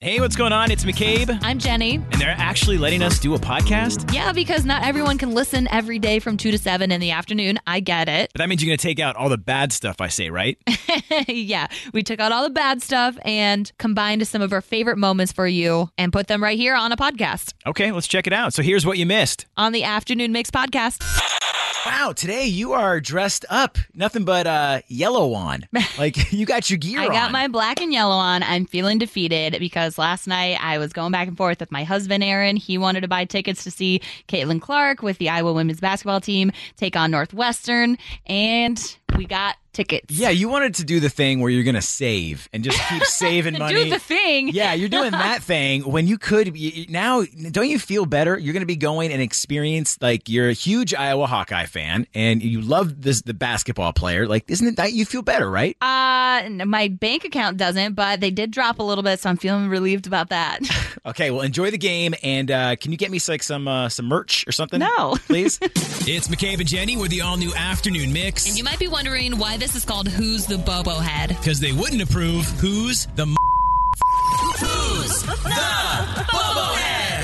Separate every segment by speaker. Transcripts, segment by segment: Speaker 1: Hey, what's going on? It's McCabe,
Speaker 2: I'm Jenny.
Speaker 1: and they're actually letting us do a podcast.
Speaker 2: Yeah, because not everyone can listen every day from 2 to 7 in the afternoon. I get it.
Speaker 1: But that means you're going to take out all the bad stuff I say, right?
Speaker 2: yeah, we took out all the bad stuff and combined some of our favorite moments for you and put them right here on a podcast
Speaker 1: okay, let's check it out. So here's what you missed.
Speaker 2: on the Afternoon Mix podcast.
Speaker 1: Wow, today you are dressed up. Nothing but uh, yellow on. Like you got your gear
Speaker 2: I got
Speaker 1: on.
Speaker 2: my black and yellow on. I'm feeling defeated because last night I was going back and forth with my husband, Aaron. He wanted to buy tickets to see Caitlin Clark with the Iowa women's basketball team take on Northwestern, and we got tickets.
Speaker 1: yeah, you wanted to do the thing where you're going to save and just keep saving money.
Speaker 2: Do the thing.
Speaker 1: yeah, you're doing that thing when you could y- y- now. Don't you feel better? You're going to be going and experience like you're a huge Iowa Hawkeye fan and you love this the basketball player. Like, isn't it that you feel better, right?
Speaker 2: Uh, n- my bank account doesn't, but they did drop a little bit, so I'm feeling relieved about that.
Speaker 1: Okay, well, enjoy the game, and uh, can you get me like some uh, some merch or something?
Speaker 2: No.
Speaker 1: please. it's McCabe and Jenny with the all new afternoon mix
Speaker 2: might be wondering why this is called Who's the Bobo Head?
Speaker 1: because they wouldn't approve. Who's the m-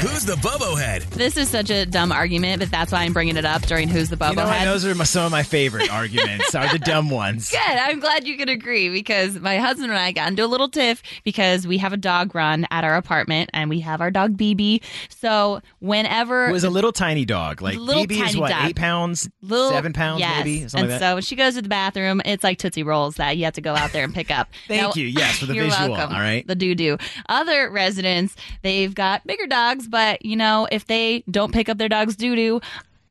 Speaker 3: Who's the Bobo Head?
Speaker 2: This is such a dumb argument, but that's why I'm bringing it up during Who's the Bobo
Speaker 1: you know, what?
Speaker 2: Head.
Speaker 1: those are my, some of my favorite arguments. Are the dumb ones?
Speaker 2: Good. I'm glad you can agree because my husband and I got into a little tiff because we have a dog run at our apartment and we have our dog BB. So whenever
Speaker 1: It was a little tiny dog. Like
Speaker 2: Little
Speaker 1: BB is
Speaker 2: tiny
Speaker 1: what
Speaker 2: dog.
Speaker 1: eight pounds,
Speaker 2: little
Speaker 1: seven pounds,
Speaker 2: yes.
Speaker 1: maybe something
Speaker 2: and
Speaker 1: like that.
Speaker 2: so when she goes to the bathroom, it's like Tootsie Rolls that you have to go out there and pick up.
Speaker 1: Thank you. Yes, for the
Speaker 2: you're
Speaker 1: visual,
Speaker 2: welcome.
Speaker 1: all right?
Speaker 2: the doo doo. Other residents, they've got bigger dogs, but you know if they don't pick up their dog's doo doo.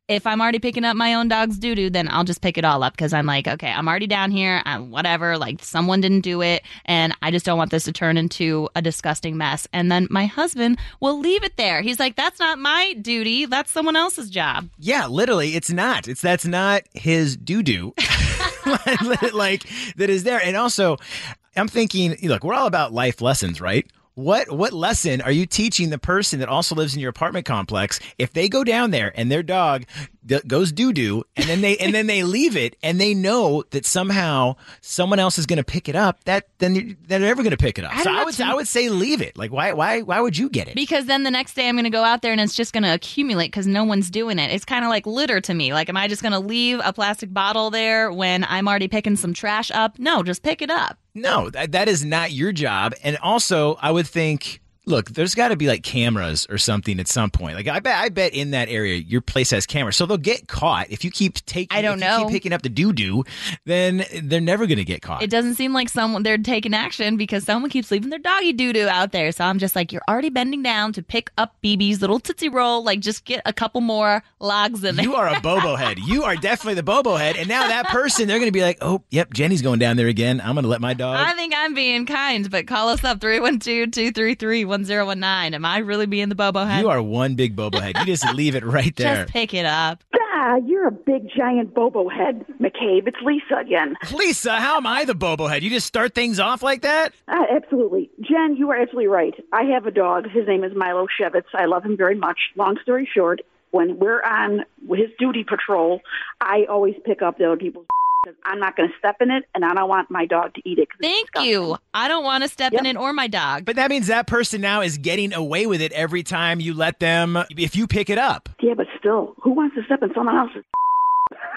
Speaker 2: If I'm already picking up my own dog's doo doo, then I'll just pick it all up because I'm like, okay, I'm already down here. I'm whatever. Like, someone didn't do it. And I just don't want this to turn into a disgusting mess. And then my husband will leave it there. He's like, that's not my duty. That's someone else's job.
Speaker 1: Yeah, literally, it's not. It's that's not his doo doo. like that is there, and also, I'm thinking. Look, we're all about life lessons, right? What what lesson are you teaching the person that also lives in your apartment complex if they go down there and their dog d- goes doo doo and then they and then they leave it and they know that somehow someone else is going to pick it up that then they're- they're never going to pick it up.
Speaker 2: I don't
Speaker 1: so
Speaker 2: know,
Speaker 1: I would
Speaker 2: to-
Speaker 1: I would say leave it. Like why why why would you get it?
Speaker 2: Because then the next day I'm going to go out there and it's just going to accumulate because no one's doing it. It's kind of like litter to me. Like, am I just going to leave a plastic bottle there when I'm already picking some trash up? No, just pick it up.
Speaker 1: No, that, that is not your job. And also, I would think, look, there's got to be like cameras or something at some point. Like I bet, I bet in that area your place has cameras, so they'll get caught if you keep taking.
Speaker 2: I don't
Speaker 1: if you keep
Speaker 2: know.
Speaker 1: picking up the doo doo, then they're never going to get caught.
Speaker 2: It doesn't seem like someone they're taking action because someone keeps leaving their doggy doo doo out there. So I'm just like, you're already bending down to pick up BB's little tootsie roll. Like, just get a couple more logs in there.
Speaker 1: you are a bobo head. You are definitely the bobo head. And now that person, they're going to be like, oh, yep, Jenny's going down there again. I'm going to let my dog.
Speaker 2: I think I'm being kind, but call us up 312 233 1019. Am I really being the bobo head?
Speaker 1: you are one big bobo head. You just leave it right there.
Speaker 2: Just pick it up.
Speaker 4: Ah, you're a big giant bobo head, McCabe. It's Lisa again.
Speaker 1: Lisa, how am I the bobo head? You just start things off like that?
Speaker 4: Ah, absolutely. Jen, you are absolutely right. I have a dog. His name is Milo Shevitz. I love him very much. Long story short, when we're on his duty patrol, I always pick up the other people's because I'm not going to step in it, and I don't want my dog to eat it. 'cause it's
Speaker 2: Thank
Speaker 4: disgusting.
Speaker 2: you. I don't want to step in it or my dog.
Speaker 1: But that means that person now is getting away with it every time you let them, if you pick it up.
Speaker 4: Yeah, but still, who wants to step in someone else's?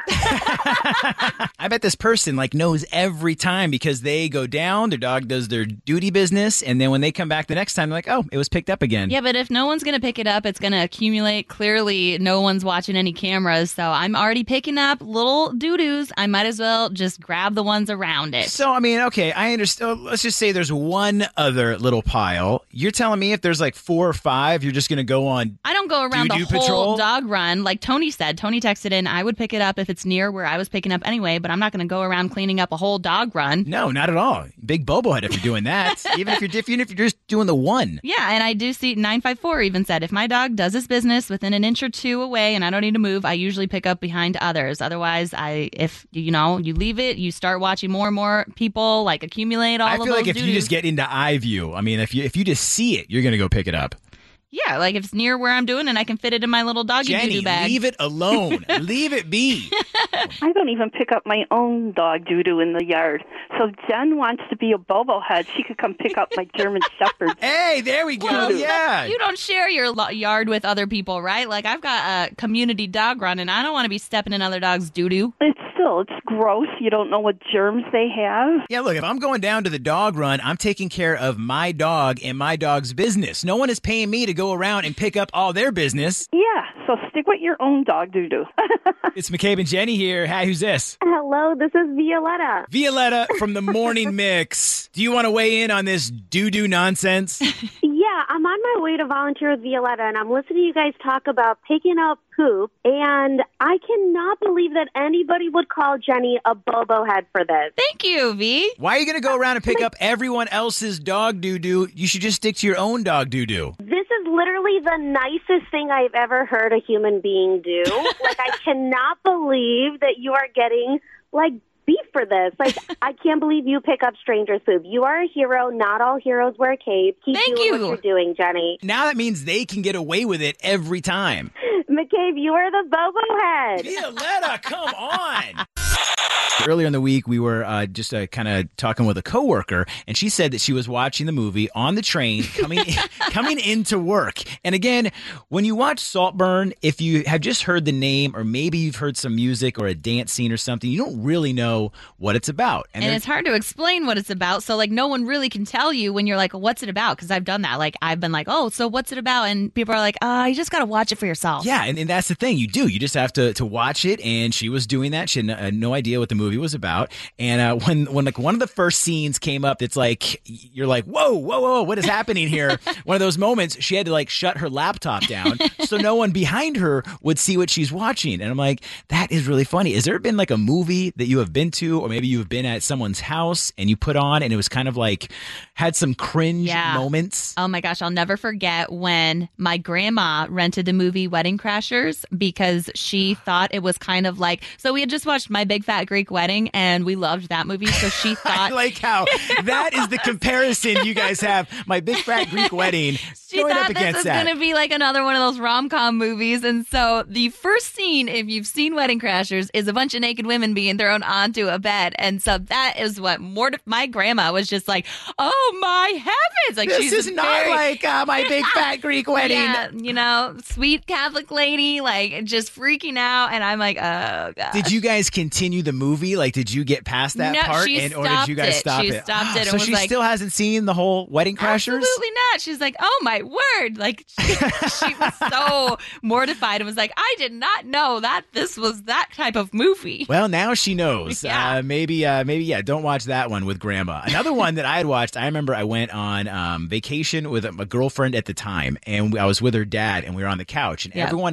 Speaker 1: I bet this person like knows every time because they go down, their dog does their duty business, and then when they come back the next time, they're like, oh, it was picked up again.
Speaker 2: yeah, but if no one's going to pick it up, it's going to accumulate. Clearly, no one's watching any cameras. So I'm already picking up little doo doos. I might as well just grab the ones around it.
Speaker 1: So, I mean, okay, I understand. Let's just say there's one other little pile. You're telling me if there's like four or five, you're just going to go on.
Speaker 2: I don't go around
Speaker 1: Doo-doo
Speaker 2: the
Speaker 1: patrol?
Speaker 2: whole dog run. Like Tony said, Tony texted in, I would pick it up if it's near where I was picking up anyway, but I'm not going to go around cleaning up a whole dog run.
Speaker 1: No, not at all. Big bobo head if you're doing that. even if you're diff- even if you're just doing the one.
Speaker 2: Yeah, and I do see 954 even said if my dog does his business within an inch or two away and I don't need to move, I usually pick up behind others. Otherwise, I if you know, you leave it, you start watching more and more people like accumulate all
Speaker 1: I
Speaker 2: of
Speaker 1: feel like
Speaker 2: those
Speaker 1: if you
Speaker 2: doo-doos.
Speaker 1: just get into eye view, I mean, if you if you just see it, you're going to go pick it up.
Speaker 2: Yeah, like if it's near where I'm doing and I can fit it in my little doggy doo
Speaker 1: Jenny,
Speaker 2: doo bag.
Speaker 1: leave it alone. leave it be.
Speaker 5: I don't even pick up my own dog doo doo in the yard. So Jen wants to be a bobo head. She could come pick up my German Shepherd.
Speaker 1: Hey, there we go.
Speaker 2: Well,
Speaker 1: yeah.
Speaker 2: You don't share your lo- yard with other people, right? Like I've got a community dog run, and I don't want to be stepping in other dogs' doo doo.
Speaker 5: It's still, it's gross. You don't know what germs they have.
Speaker 1: Yeah, look, if I'm going down to the dog run, I'm taking care of my dog and my dog's business. No one is paying me to go around and pick up all their business.
Speaker 5: Yeah, so stick with your own dog doo doo.
Speaker 1: It's McCabe and Jenny here. Hi, who's this?
Speaker 6: Hello, this is Violetta.
Speaker 1: Violetta from the Morning Mix. Do you want to weigh in on this doo doo nonsense?
Speaker 6: Yeah, I'm on my way to volunteer with Violetta, and I'm listening to you guys talk about picking up poop, and I cannot believe that anybody would call Jenny a bobo head for this.
Speaker 2: Thank you, V.
Speaker 1: Why are you going to go around and pick up everyone else's dog doo doo? You should just stick to your own dog doo doo.
Speaker 6: This is literally the nicest thing I've ever heard a human being do. like, I cannot believe that you are getting, like, beef for this. Like, I can't believe you pick up strangers' poop. You are a hero. Not all heroes wear capes. Keep
Speaker 2: Thank
Speaker 6: doing
Speaker 2: you.
Speaker 6: what you're doing, Jenny.
Speaker 1: Now that means they can get away with it every time.
Speaker 6: McCabe, you are the bobo head.
Speaker 1: Violetta, come on. Earlier in the week, we were uh, just uh, kind of talking with a coworker, and she said that she was watching the movie on the train coming coming into work. And again, when you watch Saltburn, if you have just heard the name, or maybe you've heard some music or a dance scene or something, you don't really know what it's about.
Speaker 2: And
Speaker 1: there's-
Speaker 2: it's hard to explain what it's about. So, like, no one really can tell you when you're like, what's it about? Because I've done that. Like, I've been like, oh, so what's it about? And people are like, uh, you just got to watch it for yourself.
Speaker 1: Yeah, and, and that's the thing. You do. You just have to, to watch it. And she was doing that. She had no, uh, no idea what the movie was about. And uh, when when like one of the first scenes came up, it's like you're like, whoa, whoa, whoa, what is happening here? one of those moments, she had to like shut her laptop down so no one behind her would see what she's watching. And I'm like, that is really funny. Has there been like a movie that you have been to, or maybe you've been at someone's house and you put on, and it was kind of like had some cringe
Speaker 2: Yeah.
Speaker 1: moments?
Speaker 2: Oh my gosh, I'll never forget when my grandma rented the movie Wedding Crashers because she thought it was kind of like so we had just watched My Big Fat Greek Wedding and we loved that movie so she
Speaker 1: I
Speaker 2: thought
Speaker 1: like how that is the comparison you guys have. My big fat Greek wedding
Speaker 2: she
Speaker 1: going
Speaker 2: thought
Speaker 1: up
Speaker 2: this
Speaker 1: against
Speaker 2: was
Speaker 1: that.
Speaker 2: going to be like another one of those rom-com movies and so the first scene if you've seen Wedding Crashers is a bunch of naked women being thrown onto a bed and so that is what morti- my grandma was just like, "Oh my heavens." Like
Speaker 1: this
Speaker 2: she's
Speaker 1: is not
Speaker 2: very-
Speaker 1: like uh, my big fat Greek wedding.
Speaker 2: Yeah, you know, sweet Catholic lady, like just freaking out, and I'm like, oh god.
Speaker 1: Did you guys continue the movie? Like, did you get past that
Speaker 2: No,
Speaker 1: part,
Speaker 2: she
Speaker 1: and or did you
Speaker 2: stopped
Speaker 1: guys
Speaker 2: it.
Speaker 1: stop
Speaker 2: She
Speaker 1: it?
Speaker 2: stopped it and
Speaker 1: so
Speaker 2: was
Speaker 1: she
Speaker 2: like-
Speaker 1: still hasn't seen the whole Wedding Crashers.
Speaker 2: Absolutely not. She's like, oh my word! Like she, she was so mortified and was like, I did not know that this was that type of movie.
Speaker 1: Well, now she knows.
Speaker 2: Yeah.
Speaker 1: Uh, maybe, uh, maybe, yeah. Don't watch that one with Grandma. Another one that I had watched. I remember I went on um, vacation with a, a girlfriend at the time, and I was with her dad, and we were on the couch, and
Speaker 2: Yeah.
Speaker 1: everyone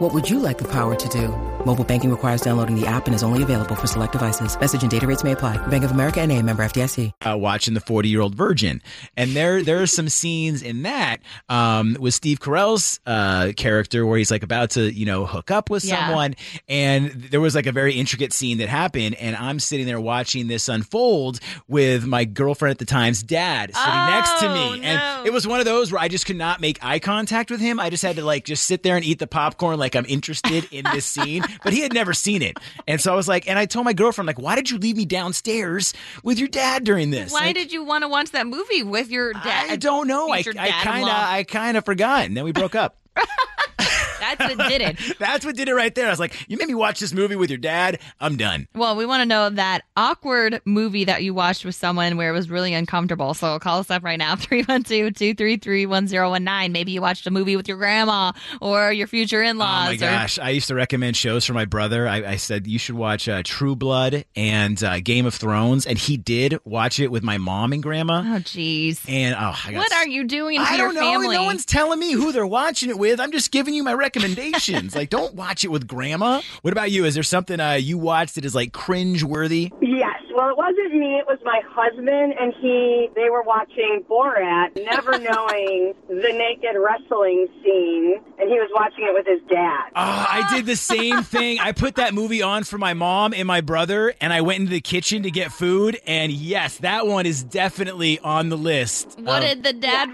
Speaker 7: What would you like the power to do? Mobile banking requires downloading the app and is only available for select devices. Message and data rates may apply. Bank of America and a member FDIC.
Speaker 1: uh, watching the 40 year old virgin and there there are some scenes in that um, with steve carell's uh, character where he's like about to you know hook up with
Speaker 2: Yeah.
Speaker 1: someone and there was like a very intricate scene that happened and i'm sitting there watching this unfold with my girlfriend at the time's dad sitting next to
Speaker 2: Oh,
Speaker 1: me
Speaker 2: no.
Speaker 1: and it was one of those where i just could not make eye contact with him i just had to like just sit there and eat the popcorn like i'm interested in this scene but he had never seen it and so i was like and i told my girlfriend like why did you leave me downstairs with your dad during this
Speaker 2: Why
Speaker 1: Like,
Speaker 2: did you want to watch that movie with your dad?
Speaker 1: I don't know. I, I
Speaker 2: future
Speaker 1: kind of
Speaker 2: dad-in-law?
Speaker 1: I kind of forgot, and then we broke up.
Speaker 2: That's what did it.
Speaker 1: That's what did it right there. I was like, you made me watch this movie with your dad. I'm done.
Speaker 2: Well, we want to know that awkward movie that you watched with someone where it was really uncomfortable. So call us up right now 312 233 1019. Maybe you watched a movie with your grandma or your future in laws.
Speaker 1: Oh my gosh! I used to recommend shows for my brother. I, I said you should watch uh, True Blood and uh, Game of Thrones, and he did watch it with my mom and grandma.
Speaker 2: Oh, jeez.
Speaker 1: And oh, I got
Speaker 2: What are you doing to
Speaker 1: I
Speaker 2: your
Speaker 1: don't know.
Speaker 2: family?
Speaker 1: No one's telling me who they're watching it with. I'm just giving you my recommendations. like, don't watch it with grandma. What about you? Is there something uh, you watched that is like cringe worthy?
Speaker 8: Yes. Well, it wasn't me. It was my husband, and he. They were watching Borat, never knowing the naked wrestling scene, and he was watching it with his dad.
Speaker 1: Oh, I did the same thing. I put that movie on for my mom and my brother, and I went into the kitchen to get food. And yes, that one is definitely on the list.
Speaker 2: What
Speaker 1: of-
Speaker 2: did the dad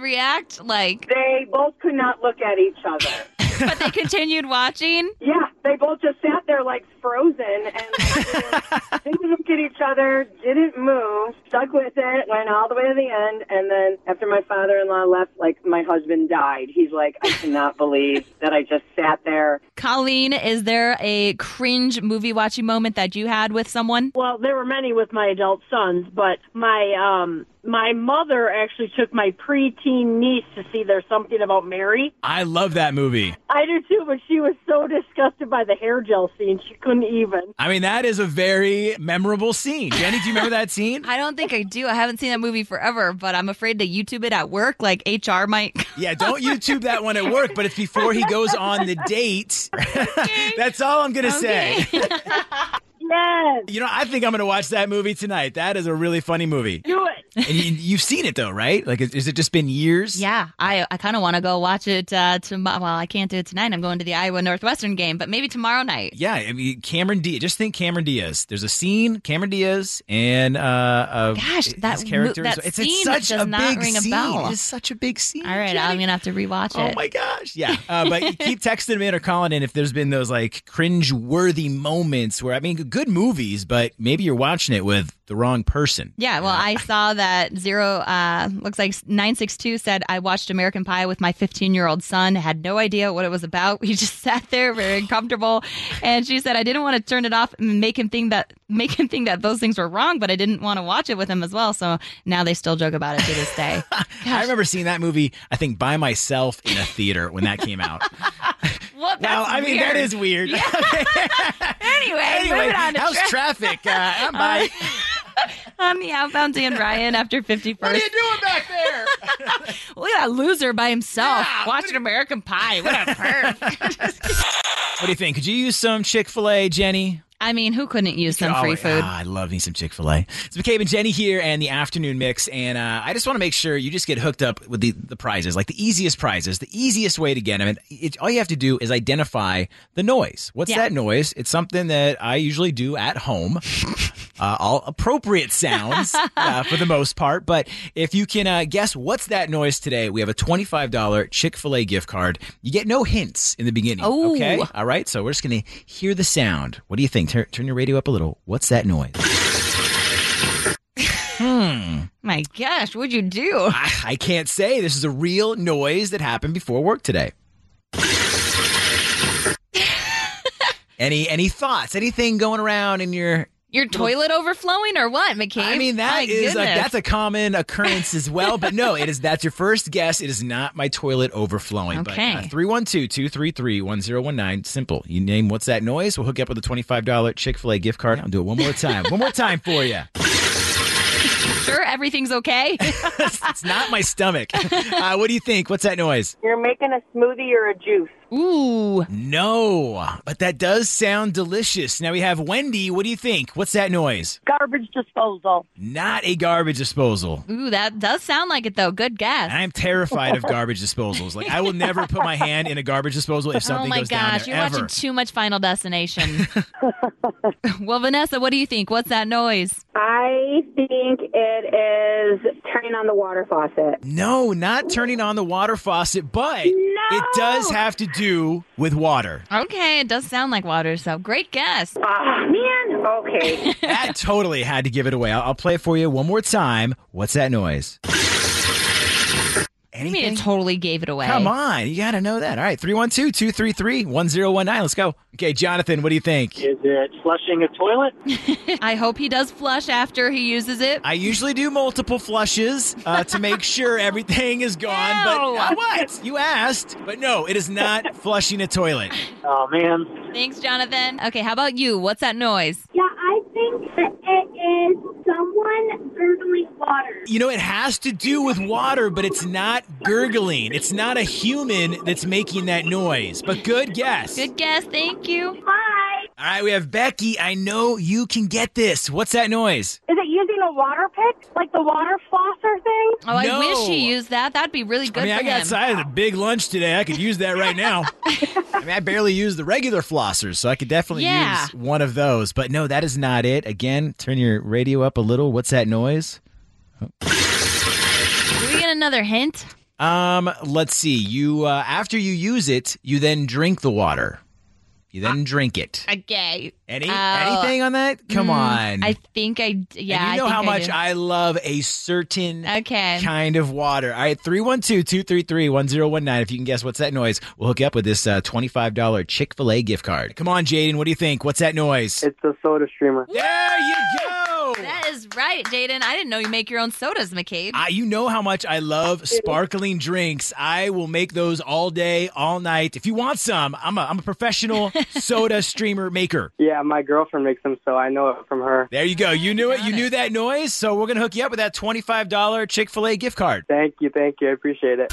Speaker 2: react like?
Speaker 8: They both could not look at each other.
Speaker 2: But they continued watching.
Speaker 8: Yeah, they both just sat there like frozen and like, didn't look at each other, didn't move, stuck with it, went all the way to the end. And then after my father in law left, like my husband died. He's like, I cannot believe that I just sat there.
Speaker 2: Colleen, is there a cringe movie watching moment that you had with someone?
Speaker 9: Well, there were many with my adult sons, but my um my mother actually took my preteen niece to see there's something about Mary.
Speaker 1: I love that movie.
Speaker 9: I do too, but she was so disgusted by the hair gel scene she couldn't even.
Speaker 1: I mean, that is a very memorable scene. Jenny, do you remember that scene?
Speaker 2: I don't think I do. I haven't seen that movie forever, but I'm afraid to YouTube it at work, like HR might.
Speaker 1: Yeah, don't YouTube that one at work, but it's before he goes on the date. That's all I'm going to say.
Speaker 9: Yes,
Speaker 1: You know, I think I'm going to watch that movie tonight. That is a really funny movie.
Speaker 9: do it.
Speaker 1: And you, you've seen it, though, right? Like, is, is it just been years?
Speaker 2: Yeah, I, I kind of want to go watch it uh, tomorrow. Well, I can't do it tonight. I'm going to the Iowa Northwestern game, but maybe tomorrow night.
Speaker 1: Yeah, I mean, Cameron Diaz. Just think Cameron Diaz. There's a scene, Cameron Diaz, and uh, uh
Speaker 2: Gosh, that
Speaker 1: his
Speaker 2: mo-
Speaker 1: character. is-
Speaker 2: that
Speaker 1: it's,
Speaker 2: scene
Speaker 1: it's such
Speaker 2: does
Speaker 1: a
Speaker 2: not
Speaker 1: big
Speaker 2: ring a
Speaker 1: scene.
Speaker 2: bell.
Speaker 1: It's such a big scene.
Speaker 2: All right,
Speaker 1: Jenny.
Speaker 2: I'm gonna have to rewatch
Speaker 1: Oh
Speaker 2: it.
Speaker 1: my gosh! Yeah, uh, but you keep texting me or calling in if there's been those like cringe-worthy moments where I mean, good movies, but maybe you're watching it with the wrong person.
Speaker 2: Yeah, well, I saw that zero uh, looks like nine six two said I watched American Pie with my fifteen year old son. Had no idea what it was about. We just sat there, very uncomfortable, and she said I didn't want to turn it off and make him think that make him think that those things were wrong, but I didn't want to watch it with him as well. So now they still joke about it to this day.
Speaker 1: I remember seeing that movie. I think by myself in a theater when that came out. wow,
Speaker 2: What? That's
Speaker 1: I mean
Speaker 2: weird.
Speaker 1: that is weird.
Speaker 2: Anyway,
Speaker 1: anyway,
Speaker 2: moving on to
Speaker 1: how's
Speaker 2: tra-
Speaker 1: traffic? Uh, I'm by.
Speaker 2: I'm the outbound Dan Ryan after 51st.
Speaker 1: What are you doing back there?
Speaker 2: Look at that loser by himself watching American Pie. What a perv.
Speaker 1: What do you think? Could you use some Chick Fil A, Jenny?
Speaker 2: I mean, who couldn't use some
Speaker 1: Oh,
Speaker 2: free
Speaker 1: wait.
Speaker 2: food?
Speaker 1: Ah, I love me some Chick Fil A. It's McCabe and Jenny here, and the afternoon mix. And uh, I just want to make sure you just get hooked up with the, the prizes, like the easiest prizes, the easiest way to get them. And it, all you have to do is identify the noise. What's
Speaker 2: Yeah.
Speaker 1: that noise? It's something that I usually do at home. uh, all appropriate sounds uh, for the most part. But if you can uh, guess what's that noise today, we have a $25 Chick fil A gift card. You get no hints in the beginning.
Speaker 2: Oh.
Speaker 1: Okay. All right. So we're just going to hear the sound. What do you think? Turn, turn your radio up a little. What's that noise? hmm.
Speaker 2: My gosh, what'd you do?
Speaker 1: I, I can't say. This is a real noise that happened before work today. any any thoughts? Anything going around in your
Speaker 2: Your toilet overflowing or what, McCabe?
Speaker 1: I mean
Speaker 2: My
Speaker 1: that is a,
Speaker 2: goodness.
Speaker 1: that's a common occurrence as well, but no, it is that's your first guess. It is not my toilet overflowing.
Speaker 2: Okay.
Speaker 1: But uh, 312-233-1019 simple. You name what's that noise, we'll hook you up with a $25 Chick-fil-A gift card. I'll do it one more time. one more time for you.
Speaker 2: sure everything's okay.
Speaker 1: It's not my stomach. Uh, what do you think? What's that noise?
Speaker 8: You're making a smoothie or a juice.
Speaker 2: Ooh,
Speaker 1: No, but that does sound delicious. Now we have Wendy. What do you think? What's that noise?
Speaker 5: Garbage disposal.
Speaker 1: Not a garbage disposal.
Speaker 2: ooh, that does sound like it though. Good
Speaker 1: And
Speaker 2: guess.
Speaker 1: I'm terrified of garbage disposals. Like I will never put my hand in a garbage disposal if
Speaker 2: Oh
Speaker 1: something
Speaker 2: my
Speaker 1: goes down
Speaker 2: gosh,
Speaker 1: there
Speaker 2: you're
Speaker 1: ever.
Speaker 2: watching too much Final Destination. well, Vanessa, what do you think? What's that noise?
Speaker 8: I think it is turning on the water faucet.
Speaker 1: No, not turning on the water faucet, but it does have to do with water.
Speaker 2: Okay, it does sound like water, so great guess.
Speaker 8: Ah, man. Okay.
Speaker 1: That totally had to give it away. I'll, I'll play it for you one more time. What's that noise?
Speaker 2: I
Speaker 1: anything?
Speaker 2: mean, it totally gave it away.
Speaker 1: Come on, you got to know that. All right, 312 233 1019. Let's go. Okay, Jonathan, what do you think?
Speaker 10: Is it flushing a toilet?
Speaker 2: I hope he does flush after he uses it.
Speaker 1: I usually do multiple flushes uh, to make sure everything is gone.
Speaker 2: Ew.
Speaker 1: But uh, what? You asked. But no, it is not flushing a toilet.
Speaker 10: Oh man,
Speaker 2: Thanks, Jonathan. Okay, how about you? What's that noise?
Speaker 11: Yeah, I think that it is someone gurgling water.
Speaker 1: You know, it has to do with water, but it's not gurgling. It's not a human that's making that noise. But good guess.
Speaker 2: Good guess. Thank you.
Speaker 11: Hi.
Speaker 1: All right, we have Becky. I know you can get this. What's that noise?
Speaker 8: Is it using a water pick, like the water flosser thing?
Speaker 2: Oh, I
Speaker 1: No.
Speaker 2: wish he used that. That'd be really good
Speaker 1: I mean, I
Speaker 2: for
Speaker 1: got
Speaker 2: him.
Speaker 1: excited at a big lunch today. I could use that right now. I mean, I barely use the regular flossers, so I could definitely
Speaker 2: Yeah.
Speaker 1: use one of those. But no, that is not it. Again, turn your radio up a little. What's that noise?
Speaker 2: Do we get another hint?
Speaker 1: Um, let's see. You uh, after you use it, you then drink the water. You
Speaker 2: Uh,
Speaker 1: then drink it.
Speaker 2: Okay.
Speaker 1: Any
Speaker 2: Oh.
Speaker 1: anything on that? Come
Speaker 2: Mm,
Speaker 1: on.
Speaker 2: I think I. d- Yeah.
Speaker 1: and you know
Speaker 2: I think
Speaker 1: how
Speaker 2: I
Speaker 1: much
Speaker 2: do.
Speaker 1: I love a certain
Speaker 2: Okay.
Speaker 1: kind of water. All right, 312-233-1019. If you can guess what's that noise, we'll hook you up with this uh, $25 Chick-fil-A gift card. Come on, Jaden, what do you think? What's that noise?
Speaker 10: it's a soda streamer.
Speaker 1: there you go.
Speaker 2: That is right, Jaden. I didn't know you make your own sodas, McCabe.
Speaker 1: I, you know how much I love sparkling drinks. I will make those all day, all night. If you want some, I'm a, I'm a professional soda streamer maker.
Speaker 10: Yeah, my girlfriend makes them, so I know it from her.
Speaker 1: There you go. You knew it.
Speaker 2: Got
Speaker 1: You
Speaker 2: it.
Speaker 1: knew that noise. So we're going to hook you up with that $25 Chick fil A gift card.
Speaker 10: Thank you, thank you, I appreciate it.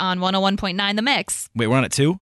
Speaker 2: on 101.9 The Mix.
Speaker 1: Wait, we're on it too?